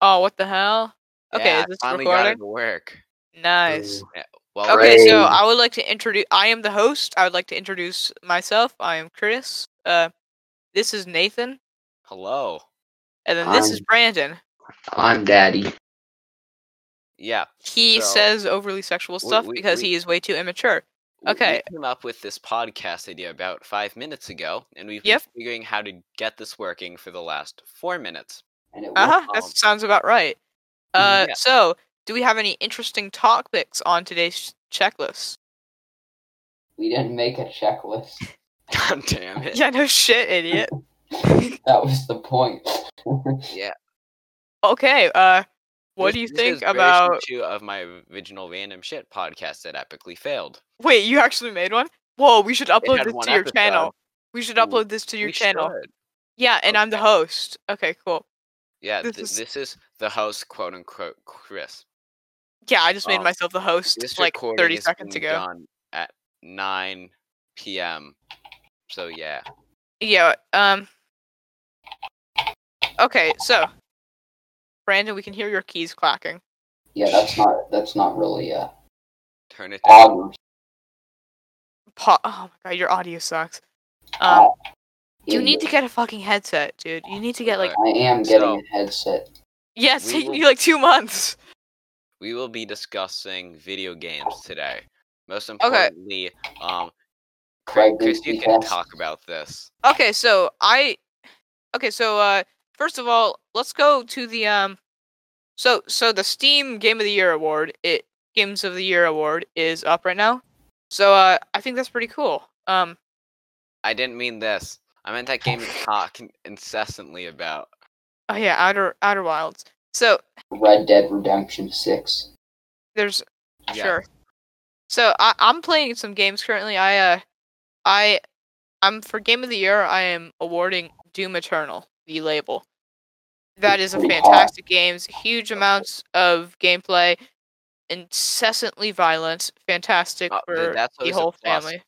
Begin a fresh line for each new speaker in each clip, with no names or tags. Oh, what the hell? Okay,
yeah,
is this
I finally got
recording?
it to work.
Nice.
Ooh.
Well,
Okay,
right.
so
Alright.
I would like to introduce. I am the host. I would like to introduce myself. I am Chris. Uh, this is Nathan,
hello.
and then this is
I'm-
Brandon.
I'm daddy.
Yeah.
He
So-
says overly sexual
We-
stuff
we-
because
we-
he is way too immature.
we-
Okay.
We came up with this podcast idea about five minutes ago, and we've
Yep.
been figuring how to get this working for the last four minutes.
And it
Uh huh. That
Um,
sounds about right. Uh,
yeah.
so do we have any interesting topics on today's checklist?
we didn't make a checklist.
God damn it.
Yeah, no shit, idiot.
that was the point.
Okay. Uh, what
This-
do you
this
think
is version
about?
two of my original random shit podcast that epically failed?
Wait, you actually made one? Whoa, we should upload
had
this
one
to your
episode.
channel. We should
W-
upload this to your
We
channel.
should.
Yeah, and I'm the host. Okay, cool.
Yeah,
This
this,
is-
th- is... this is the host, quote unquote, Chris.
Yeah, I just made
Um,
myself the host
This
like
recording
30
is
seconds
being
ago.
done at 9 p.m. So yeah,
Yeah, um Okay, so Brandon, we can hear your keys clacking.
Yeah, that's not that's not really a
turn it down.
audio.
Pa- oh my god, your audio sucks. Um,
Uh,
you need
idiot.
to get a fucking headset, dude. You need to get like
I am getting
So-
a headset.
yeah, it's
we
taking
will-
you like two months.
We will be discussing video games today. Most
Okay.
importantly, um, Chris,
Craig
Chris you
Lindsay
can
test.
talk about this.
Okay, so I Okay, so uh first of all, let's go to the um so so the Steam Game of the Year award, it Games of the Year award is up right now. So uh I think that's pretty cool. Um
I didn't mean this. I meant that game you talk in- incessantly about.
oh yeah, Outer Outer Wilds. So
Red Dead Redemption Six.
there's
Yeah.
sure. So I I'm playing some games currently. I uh I I'm for Game of the Year, I am awarding Doom Eternal the label. That is a
Pretty hot.
fantastic game. Huge amounts of gameplay, incessantly violent, fantastic
Uh, th-
for
that's
the
always a
whole
plus.
family.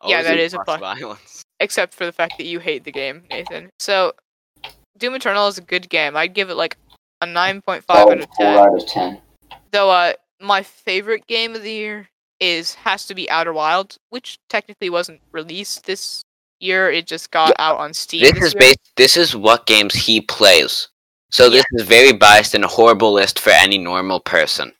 Always
that is a plus.
Violence.
Except for the fact that you hate the game, Nathan. So Doom Eternal is a good game. I'd give it like a nine point five
Oh,
out of
four
ten.
out of ten.
Though uh my favorite game of the year is has to be Outer Wilds, which technically wasn't released this year. It just got out on Steam.
This
this
is
year.
based. This is what games he plays. So this is very biased and a horrible list for any normal person.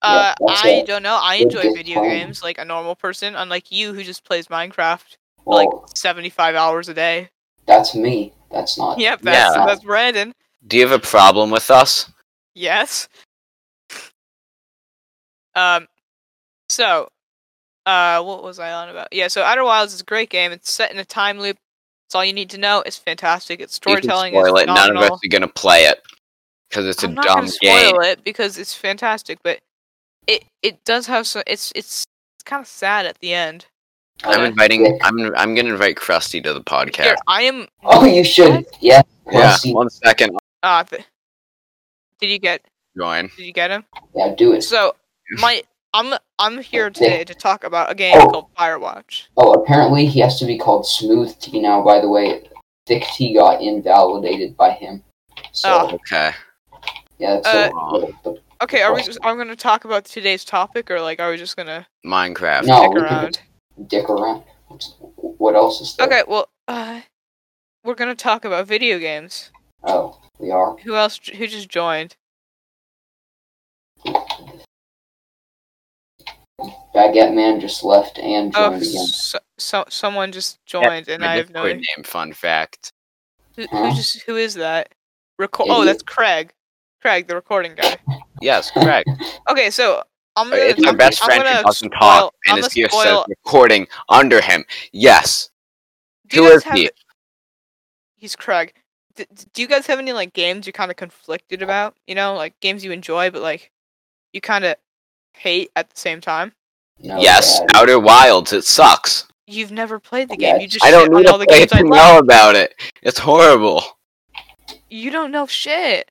Uh,
Yeah, that's
I
it.
don't know. I
Good
enjoy
game
video
plan.
games like a normal person, unlike you who just plays Minecraft for
Well,
like 75 hours a day.
that's me. That's not.
Yep, that's,
Yeah.
that's Brandon.
Do you have a problem with us?
Yes. Um, so, uh, what was I on about? Yeah, so Outer Wilds is a great game. It's set in a time loop. It's all you need to know. It's fantastic. Its
You can
storytelling
spoil
is
it. None
phenomenal.
of us are gonna play it because it's a
I'm not
dumb
gonna
game.
spoil it because it's fantastic, but it it does have some. It's it's it's kind of sad at the end.
I'm
Uh,
inviting. I'm. I'm gonna invite Krusty to the podcast.
Here, I am
Oh, you should. Yeah.
Yeah,
Krusty.
one second. I'll
Ah, th- did you get
join.
did you get him?
Yeah, do it.
So my I'm I'm here
Okay.
today to talk about a game
Oh.
called Firewatch.
Oh, apparently he has to be called Smooth T now. By the way, Thick T got invalidated by him. So
Oh.
Okay.
yeah, that's
Uh,
so, but
Okay, are we
Awesome.
just I'm gonna talk about today's topic or like are we just gonna
Minecraft.
No.
stick
we can
around?
dick around. What's- What else is there?
Okay, well uh we're gonna talk about video games.
Oh, we are.
Who else j- who just joined?
Baguette Man just left and
Oh
joined again.
so, so someone just joined and
My
I have no
Discord
idea.
name. Fun fact.
Who, who
Huh?
just who is that? Reco- oh
Idiot.
that's Craig. Craig, the recording guy.
Yes, correct.
Okay, so I'm gonna,
it's my
I'm,
best
I'm
friend
gonna
who doesn't
spoil,
talk
I'm
and is
gonna
here
spoil,
says recording under him. Yes.
Do you
Who
guys
is
have-
he?
He's Craig. D- d- do you guys have any like games you're kind of conflicted about? You know, like games you enjoy but like you kind of hate at the same time.
No,
yes.
Dad.
Outer Wilds. It sucks.
You've never played the
Yeah,
game. You just
I
shit
don't
on
need
all
to
the
play
games
to
I love.
know about it. It's horrible.
You don't know shit,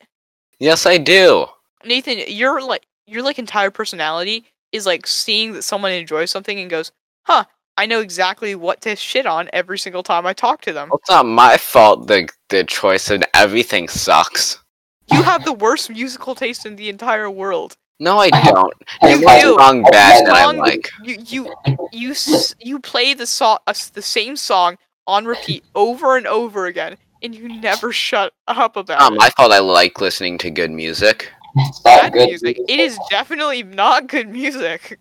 Yes, I do.
Nathan. Your like your like entire personality is like seeing that someone enjoys something and goes, "Huh, I know exactly what to shit on every
Oh.
single time I talk to them."
Well, It's not my fault. The the choice in everything sucks.
You have the worst musical taste in the entire world.
No, I
I have-
don't.
I
Name
do.
a song
I
bad
have
that I
song-
like.
You you you s- you play the song uh, s- the same song on repeat over and over again, and you never shut up about
Not
it.
Oh my fault. Um, I like listening to good music.
It's
Bad
not good.
music. It is definitely not good music.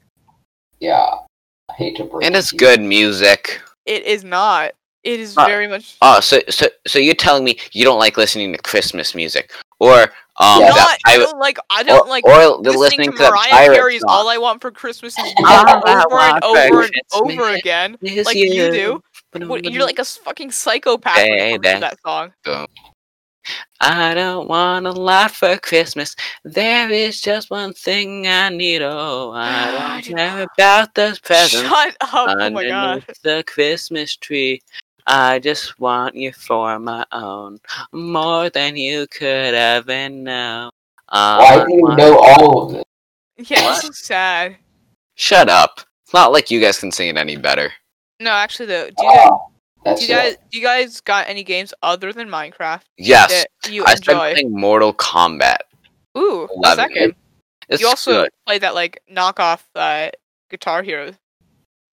Yeah. I hate to break
And it's
to you.
good music.
It is not. It is
Uh,
very much
Oh, so so so you're telling me you don't like listening to Christmas music or um
Yeah.
that
not. I
I
don't like. I don't
or,
like
or the
listening, to
that
Mariah
pirate
Carey's
song.
"All I Want for Christmas Is You"
Ah,
over and
wow,
over and
it's me.
over again,
Yes,
like you
yeah.
do. What- You're like a s- fucking psychopath when
Hey,
it comes to
hey,
that song. "Ah."
I don't want a lot for Christmas. There is just one thing I need. Oh, I
Dude.
don't care about those presents
Shut up! Oh my
underneath
god.
the Christmas tree. I just want you for my own, more than you could ever know. I
Why do you
want-
know all of this?
Yeah,
What?
it's so sad.
Shut up! It's not like you guys can sing it any better.
No, actually though,
Oh,
do you guys,
Ah, that's
do you
it.
guys, do you guys got any games other than Minecraft
Yes,
that you
I started
enjoy?
playing Mortal Kombat.
Ooh, what's
Love
that
it.
game?
It's
you also
good.
played that like knockoff uh, Guitar Hero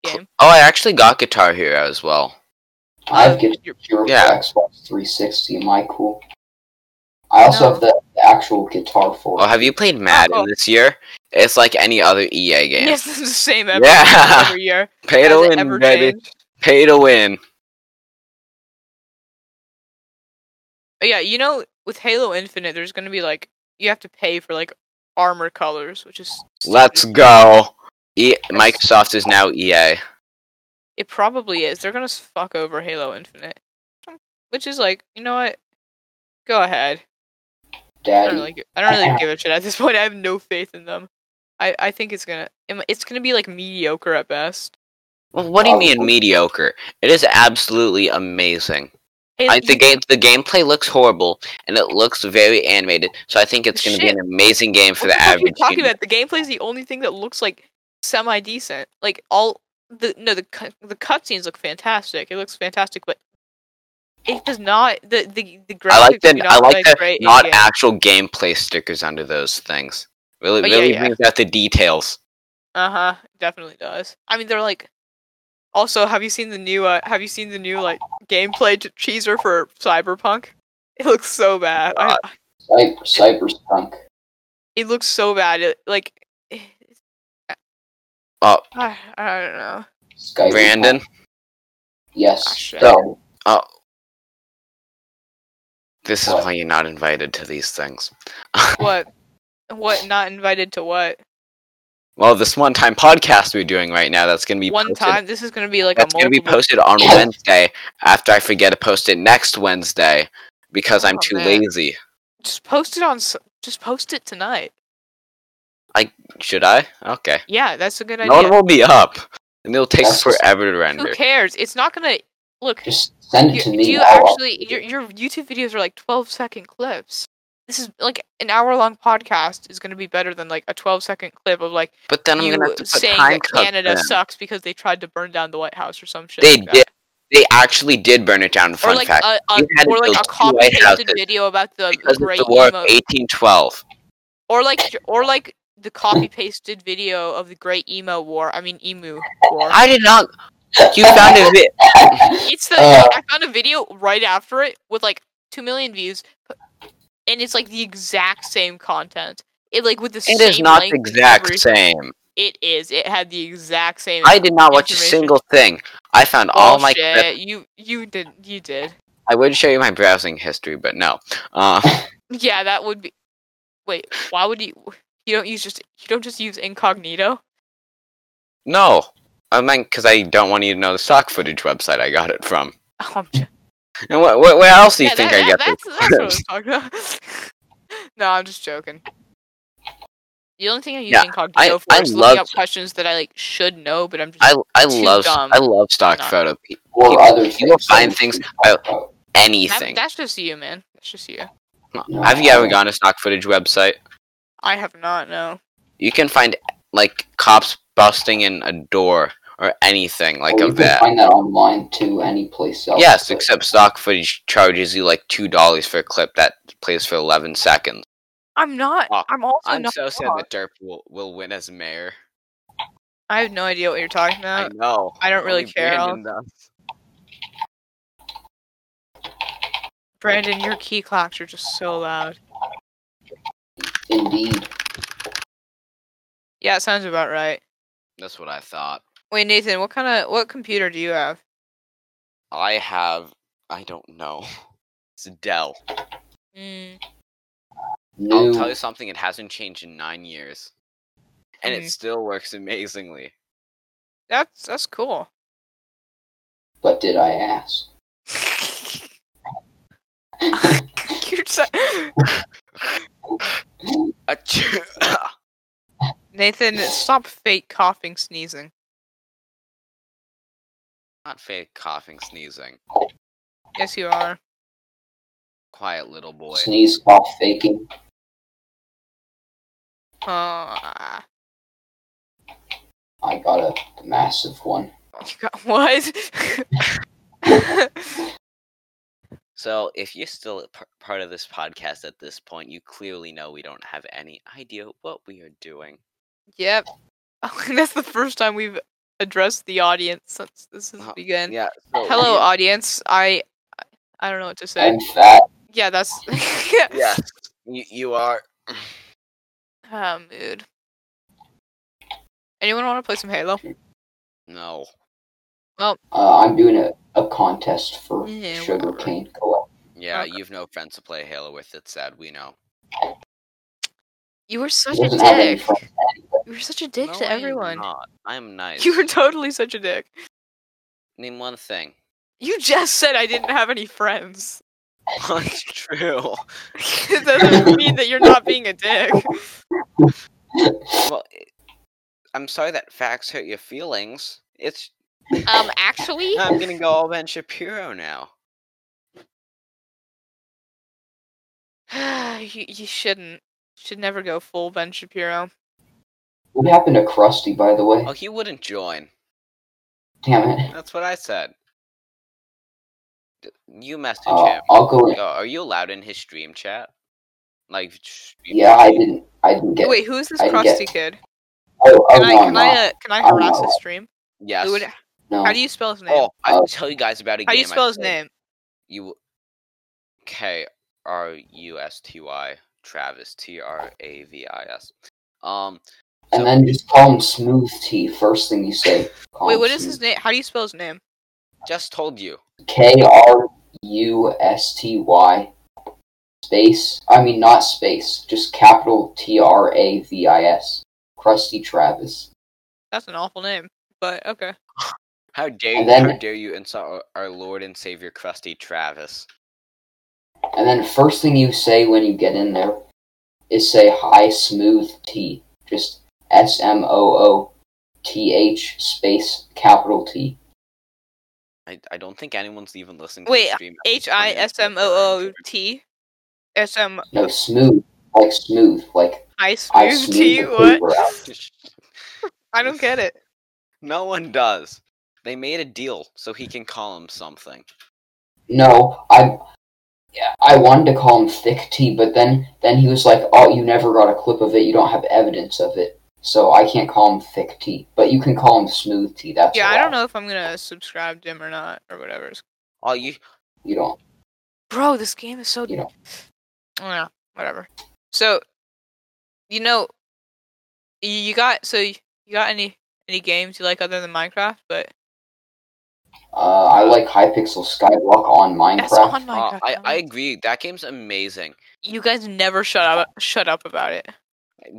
game.
Oh, I actually got Guitar Hero as well.
I
Um,
have Guitar
you're-
Hero
Yeah.
for Xbox 360. Am I cool? I also
No.
have the, the actual guitar for
Oh, have you played Madden
oh.
this year? It's like any other EA game.
Yes, it's the same every,
Yeah.
every year.
Pay
Has
to
it
win,
ever
baby.
changed?
Pay to win.
But yeah, you know, with Halo Infinite, there's gonna be like you have to pay for like armor colors, which is stupid.
Let's go. E- Microsoft is now E EA.
It probably is. They're gonna s- fuck over Halo Infinite, which is like, you know what? Go ahead. I don't
Daddy.
really, gi- I don't really give a shit at this point. I have no faith in them. I, I think it's gonna im- it's gonna be like mediocre at best.
Well, what do you
Oh.
mean mediocre? It is absolutely amazing.
Hey,
I,
you-
the game, the gameplay looks horrible, and it looks very animated. So I think it's going to be
Shit.
an amazing game for
what
the
fuck
average.
Are you talking
user.
about the gameplay is the only thing that looks like semi decent. Like all the no the cu- the cutscenes look fantastic. It looks fantastic, but it does not the the the graphics.
I like
do
the
not
I like
look
the
great in
not
game.
actual gameplay stickers under those things. Really,
Oh, yeah,
really
yeah.
brings out the details.
Uh huh. Definitely does. I mean, they're like. Also, have you seen the new? Uh, have you seen the new like gameplay t- teaser for Cyberpunk? It looks so bad.
Uh,
I-
Cyber, cyberpunk.
it looks so bad. It, like,
Oh,
I, I don't know.
Skype.
Brandon,
Ah,
Yes.
shit.
So,
this is
What?
why you're not invited to these things.
What? What? Not invited to what?
Well, this one time podcast we're doing right now that's going to be
One
posted,
time. This is gonna be like
that's
a
going to be
multiple.
posted on Wednesday. After I forget to post it next Wednesday because I'm
Oh,
too
man.
lazy.
just post it on. s- Just post it tonight.
Should I? Okay.
Yeah, that's a good
No one
idea.
will be up, and it'll take
That's just-
forever to
Who
render.
cares? It's not gonna look.
just send it
you-
to
do
me.
you
I'll-
actually your, your YouTube videos are like 12 second clips. This is like an hour long podcast is going to be better than like a 12 second clip of like
But then I'm
you
going to have to put
saying
time
that
cuts
Canada
in.
sucks because they tried to burn down the White House or some shit.
They
like that.
did. They actually did burn it down. Fun
or like
fact.
a, a
You had to
or like
build
a
two
copy
White
pasted
Houses
video about the
because
great
of the War of
emo-
1812.
or like or like the copy pasted video of the Great Emo War. I mean Emu War.
I did not. You found a vi-
it's the
Uh.
I found a video right after it with like two million views, but- and it's like the exact same content. It like with the same.
It is not the
length and
exact
everything.
same.
It is. It had the exact same.
I did not watch a
Information.
single thing. I found all my. clips.
Bullshit. You you did you did.
I would show you my browsing history, but no. Uh,
Yeah, that would be. Wait, why would you? You don't use just you don't just use incognito.
no. I meant because I don't want you to know the stock footage website I got it from.
Um,
And wh- wh- where else do you
yeah,
think
that-
I got
that-
this?
That's, that's what I was talking about. no, I'm just joking. The only thing I use
Yeah,
incognito
I-
for
I
is looking up
loved-
questions that I like should know, but I'm just
I, I
too
love
dumb.
I love stock
Not-
photo pe-
or
you-
other
you
things.
will find
that
things
we can talk about.
That-
anything.
that's just you, man. That's just you.
No,
Have you
I
ever
don't.
gone to stock footage website?
I have not no.
You can find like cops busting in a door or anything like
Or you
of
can
that.
find that online too, any place else.
Yes,
but-
except stock footage charges you like two dollars for a clip that plays for eleven seconds.
I'm not.
Oh,
I'm also
I'm
not.
so sad
wrong.
that Derp will, will win as mayor.
I have no idea what you're talking
I
about.
know.
Uh, I don't really
Only
care, I'll-
Brandon does.
Brandon, your key clocks are just so loud.
Indeed.
Yeah, it sounds about right.
That's what I thought.
Wait, Nathan, what kind of what computer do you have?
I have. I don't know. It's a Dell.
Mm.
New.
I'll tell you something. It hasn't changed in nine years, and
Mhm.
it still works amazingly.
That's that's cool.
But did I ask?
You're so-
Achoo.
Nathan, stop fake coughing, sneezing.
Not fake coughing, sneezing.
Yes, you are.
Quiet little boy.
Sneeze, cough, faking.
Uh,
I got a massive one.
you got what?
So, if you're still a par- part of this podcast at this point, you clearly know we don't have any idea what we are doing.
yep. That's the first time we've addressed the audience since this has
Uh,
begun.
Yeah. so-
Hello, audience. I I don't know what to say.
I'm fat.
yeah, that's
Yes, you, you are.
Uh, mood. Anyone want to play some Halo?
No.
Uh, I'm doing a, a contest for
Yeah,
sugar
whatever.
cane co-op.
Yeah,
Okay.
you've no friends to play Halo with. It's sad. We know.
You were such a
Doesn't have any
dick.
friends.
You were such a dick
No, I
to
am
everyone.
not. I'm nice.
You were totally such a dick.
Name one thing.
You just said I didn't have any friends.
That's true.
it doesn't mean that you're not being a dick.
Well, it- I'm sorry that facts hurt your feelings. It's.
Um, actually,
I'm gonna go all Ben Shapiro now.
you, you shouldn't. Should never go full Ben Shapiro.
What happened to Krusty, by the way?
Oh, he wouldn't join.
Damn it.
That's what I said. D- You message
Uh,
Oh.
him.
I'll go in.
Uh, are you allowed in his stream chat? Like, stream
Yeah, I
chat?
didn't. I didn't get.
Wait, who's this
I get-
crusty kid?
Oh, oh
Can I
no, I'm
can I
not.
uh, can I
I'm
harass
not.
his stream?
Yes.
Lewin-
No.
How do you spell his name?
oh, I
Uh,
will tell you guys about a game.
How do you
I
spell his
played.
name?
You. K R U S T Y Travis T R A V I S. Um.
And
so-
then just call him Smooth Tea. First thing you say. Call
Wait,
him
what is
Smooth-
his name? How do you spell his name?
Just told you.
K R U S T Y space. I mean, not space. Just capital T R A V I S. Krusty Travis.
That's an awful name. But okay.
How dare you?
And then-
how dare you insult our- our Lord and Savior, Krusty Travis?
And then first thing you say when you get in there is say hi smooth T. Just S M O O T H space capital T.
I, I don't think anyone's even listening. to
Wait, uh,
the stream at this
H I
point,
S
unless
M
they're on
O O
Twitter.
T S M
No, smooth. Like smooth. Like
I
I
smooth T
smooth the paper
what?
out.
I don't get it.
No one does. They made a deal so he can call him something.
No, I yeah, I wanted to call him Thick T, but then then he was like, "Oh, you never got a clip of it. You don't have evidence of it, so I can't call him Thick T. But you can call him Smooth T. That's
Yeah, I
allowed.
don't know if I'm gonna subscribe to him or not or whatever. it's-
Oh, you
You don't.
Bro, this game is so
You know.
Yeah, whatever. So you know y- you got so y- you got any any games you like other than Minecraft, but
Uh, I like Hypixel Skywalk on Minecraft.
that's on
uh,
Minecraft.
I, I
right?
agree. That game's amazing.
you guys never shut up shut up about it.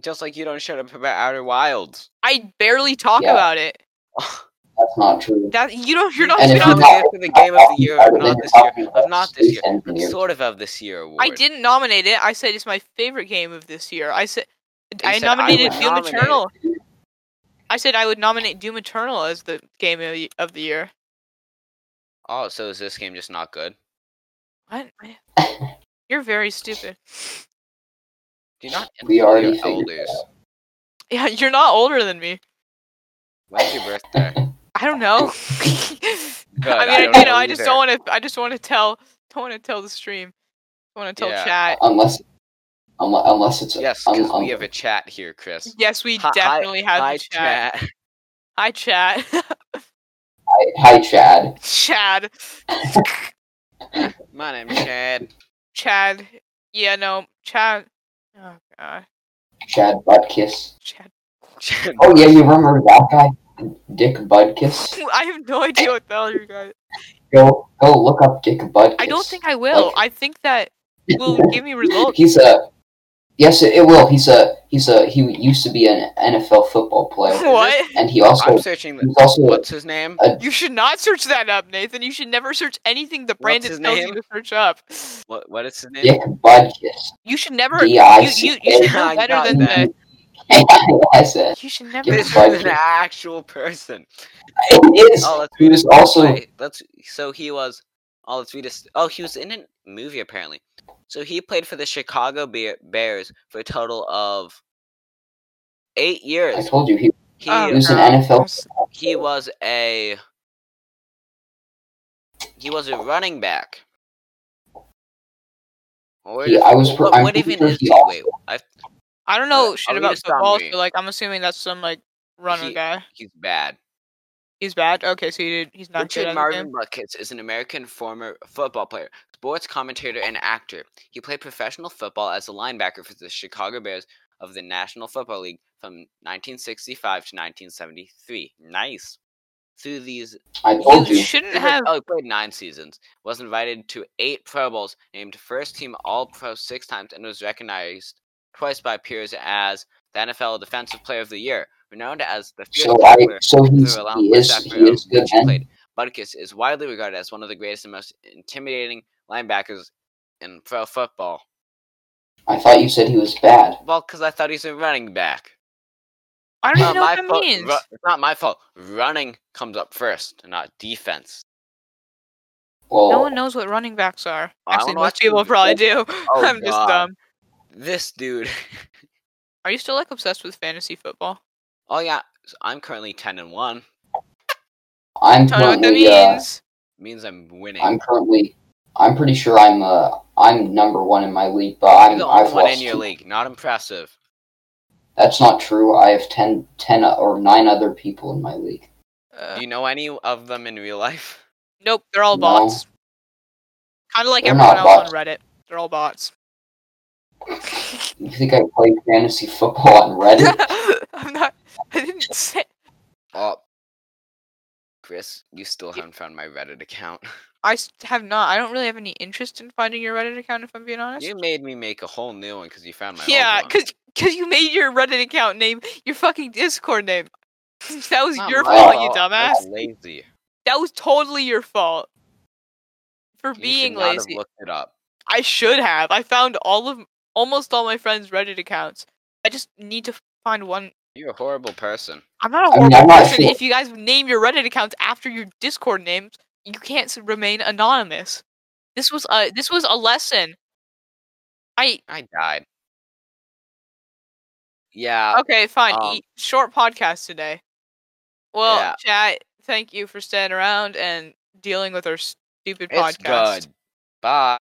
Just like you don't shut up about Outer Wilds.
I barely talk
Yeah.
about it.
That's not true.
That you don't you're not
And
It's
if
shut
you're
up
nominated
not-
for the game of the year,
Other
of
than
not this
talking
year,
about
of not this
space
year,
engineers.
sort of of this year award.
I didn't nominate it. I said it's my favorite game of this year. I said I
said I
nominated
would
Doom
nominate it.
Eternal. I said I would nominate Doom Eternal as the game of the, of the year.
Oh, so is this game just not good?
What? You're very stupid.
Do you not
We
insult
already
your
figured that
elders.
Yeah, you're not older than me.
When's your birthday?
I don't know.
Good,
I
I
mean,
don't
you know, I just
either.
don't want to. I just want to tell. Don't want to tell the stream. I want to tell
Yeah.
chat.
unless unle- unless it's
Yes,
un-
because
un-
we have a chat here, Chris.
Yes, we
Hi- hi-
definitely have
Hi,
the chat. Hi, chat.
hi, hi Chad.
Chad.
My name's Chad.
Chad. Yeah, no, Chad. Oh god,
Chad Budkiss.
Chad.
Chad.
Oh yeah, you remember that guy, Dick Budkiss?
I have no idea what the hell you guys.
Go go look up Dick Budkiss.
I don't think I will. oh, I think that will give me results.
He's a yes, it, it will. He's a he's a he used to be an NFL football player,
What?
and he also
I'm searching the.
he's also
What's his name?
You should not search that up, Nathan. You should never search anything that
What's
Brandon
his
tells you
name?
to search up.
What? What is his name?
Dick Budkiss.
You should never.
D
You,
I
you,
C
you should
K
know
I
better
got
than that.
S S.
You should never.
This is
Budget.
an actual person.
It is.
Oh, let's
He
read
was
it.
also
Wait, let's. So he was. Oh, let's read this. Oh, he was in a movie apparently. So he played for the Chicago Bear, Bears for a total of eight
I
years.
told you he
He
Oh,
he was an
God.
NFL.
he was a he was a running back. Or
He, I was. Per,
what,
I'm
what
pretty
even
sure
is
he
he?
also-
Wait, I,
I don't know
I'll
shit
read
about
a
football,
summary.
so like I'm assuming that's some like runner
He-
guy.
he's bad.
He's bad. Okay, so he did, he's not good
Richard
at the
Marvin
game.
Buckets is an American former football player, sports commentator, and actor. He played professional football as a linebacker for the Chicago Bears of the National Football League from 1965 to 1973. Nice. Through these
I
You
told you.
shouldn't
He was-
have.
Oh, he played nine seasons. Was invited to eight Pro Bowls, named first team All Pro six times, and was recognized twice by peers as the NFL Defensive Player of the Year, renowned as the
So
fearless
I.
tackler
So he's
through allowing
he
plays
is
after
he is good
he
then.
played. Butkus is widely regarded as one of the greatest and most intimidating linebackers in pro football.
I thought you said he was bad.
Well, because I thought he's a running back.
I don't
Not
even know what
my
that
fault-
means.
ru- it's not my fault. Running comes up first, not defense.
Well,
No one knows what running backs are.
I don't
Actually,
know
most
what you-
people probably do.
Oh,
I'm just
God.
dumb.
This dude.
Are you still like obsessed with fantasy football?
Oh yeah, s- I'm currently ten and one.
I'm
Don't know what that
currently. Uh,
means.
Means I'm winning.
I'm currently. I'm pretty sure I'm. Uh, I'm number one in my league, but
You're
I'm.
the
I've
only one
lost.
in your
two.
league. Not impressive.
That's not true. I have 10, 10 o- or nine other people in my league.
Uh,
Do you know any of them in real life?
nope, they're all
No.
bots. Kind of like
They're
everyone
not
else on Reddit. They're all bots.
You think I play fantasy football on Reddit?
I'm not. I didn't say.
Oh, Chris, you still haven't found my Reddit account.
I s- have not. I don't really have any interest in finding your Reddit account, if I'm being honest.
You made me make a whole new one because you found my
yeah,
old one.
because you made your Reddit account name your fucking Discord name. that was
Not
your
my
fault, you
fault.
dumbass.
That's lazy.
That was totally your fault for
You should
being
not have
lazy.
looked it up.
I should have. I found all of almost all my friends' Reddit accounts. I just need to f- find one.
You're a horrible person.
I'm not a
mean,
horrible
I'm not
person.
sure.
If you guys name your Reddit accounts after your Discord names, you can't s- remain anonymous. This was a this was a lesson. I
I died. Yeah.
okay, fine.
um,
E- short podcast today. Well,
Yeah.
chat, thank you for staying around and dealing with our stupid
It's
podcast.
good. Bye.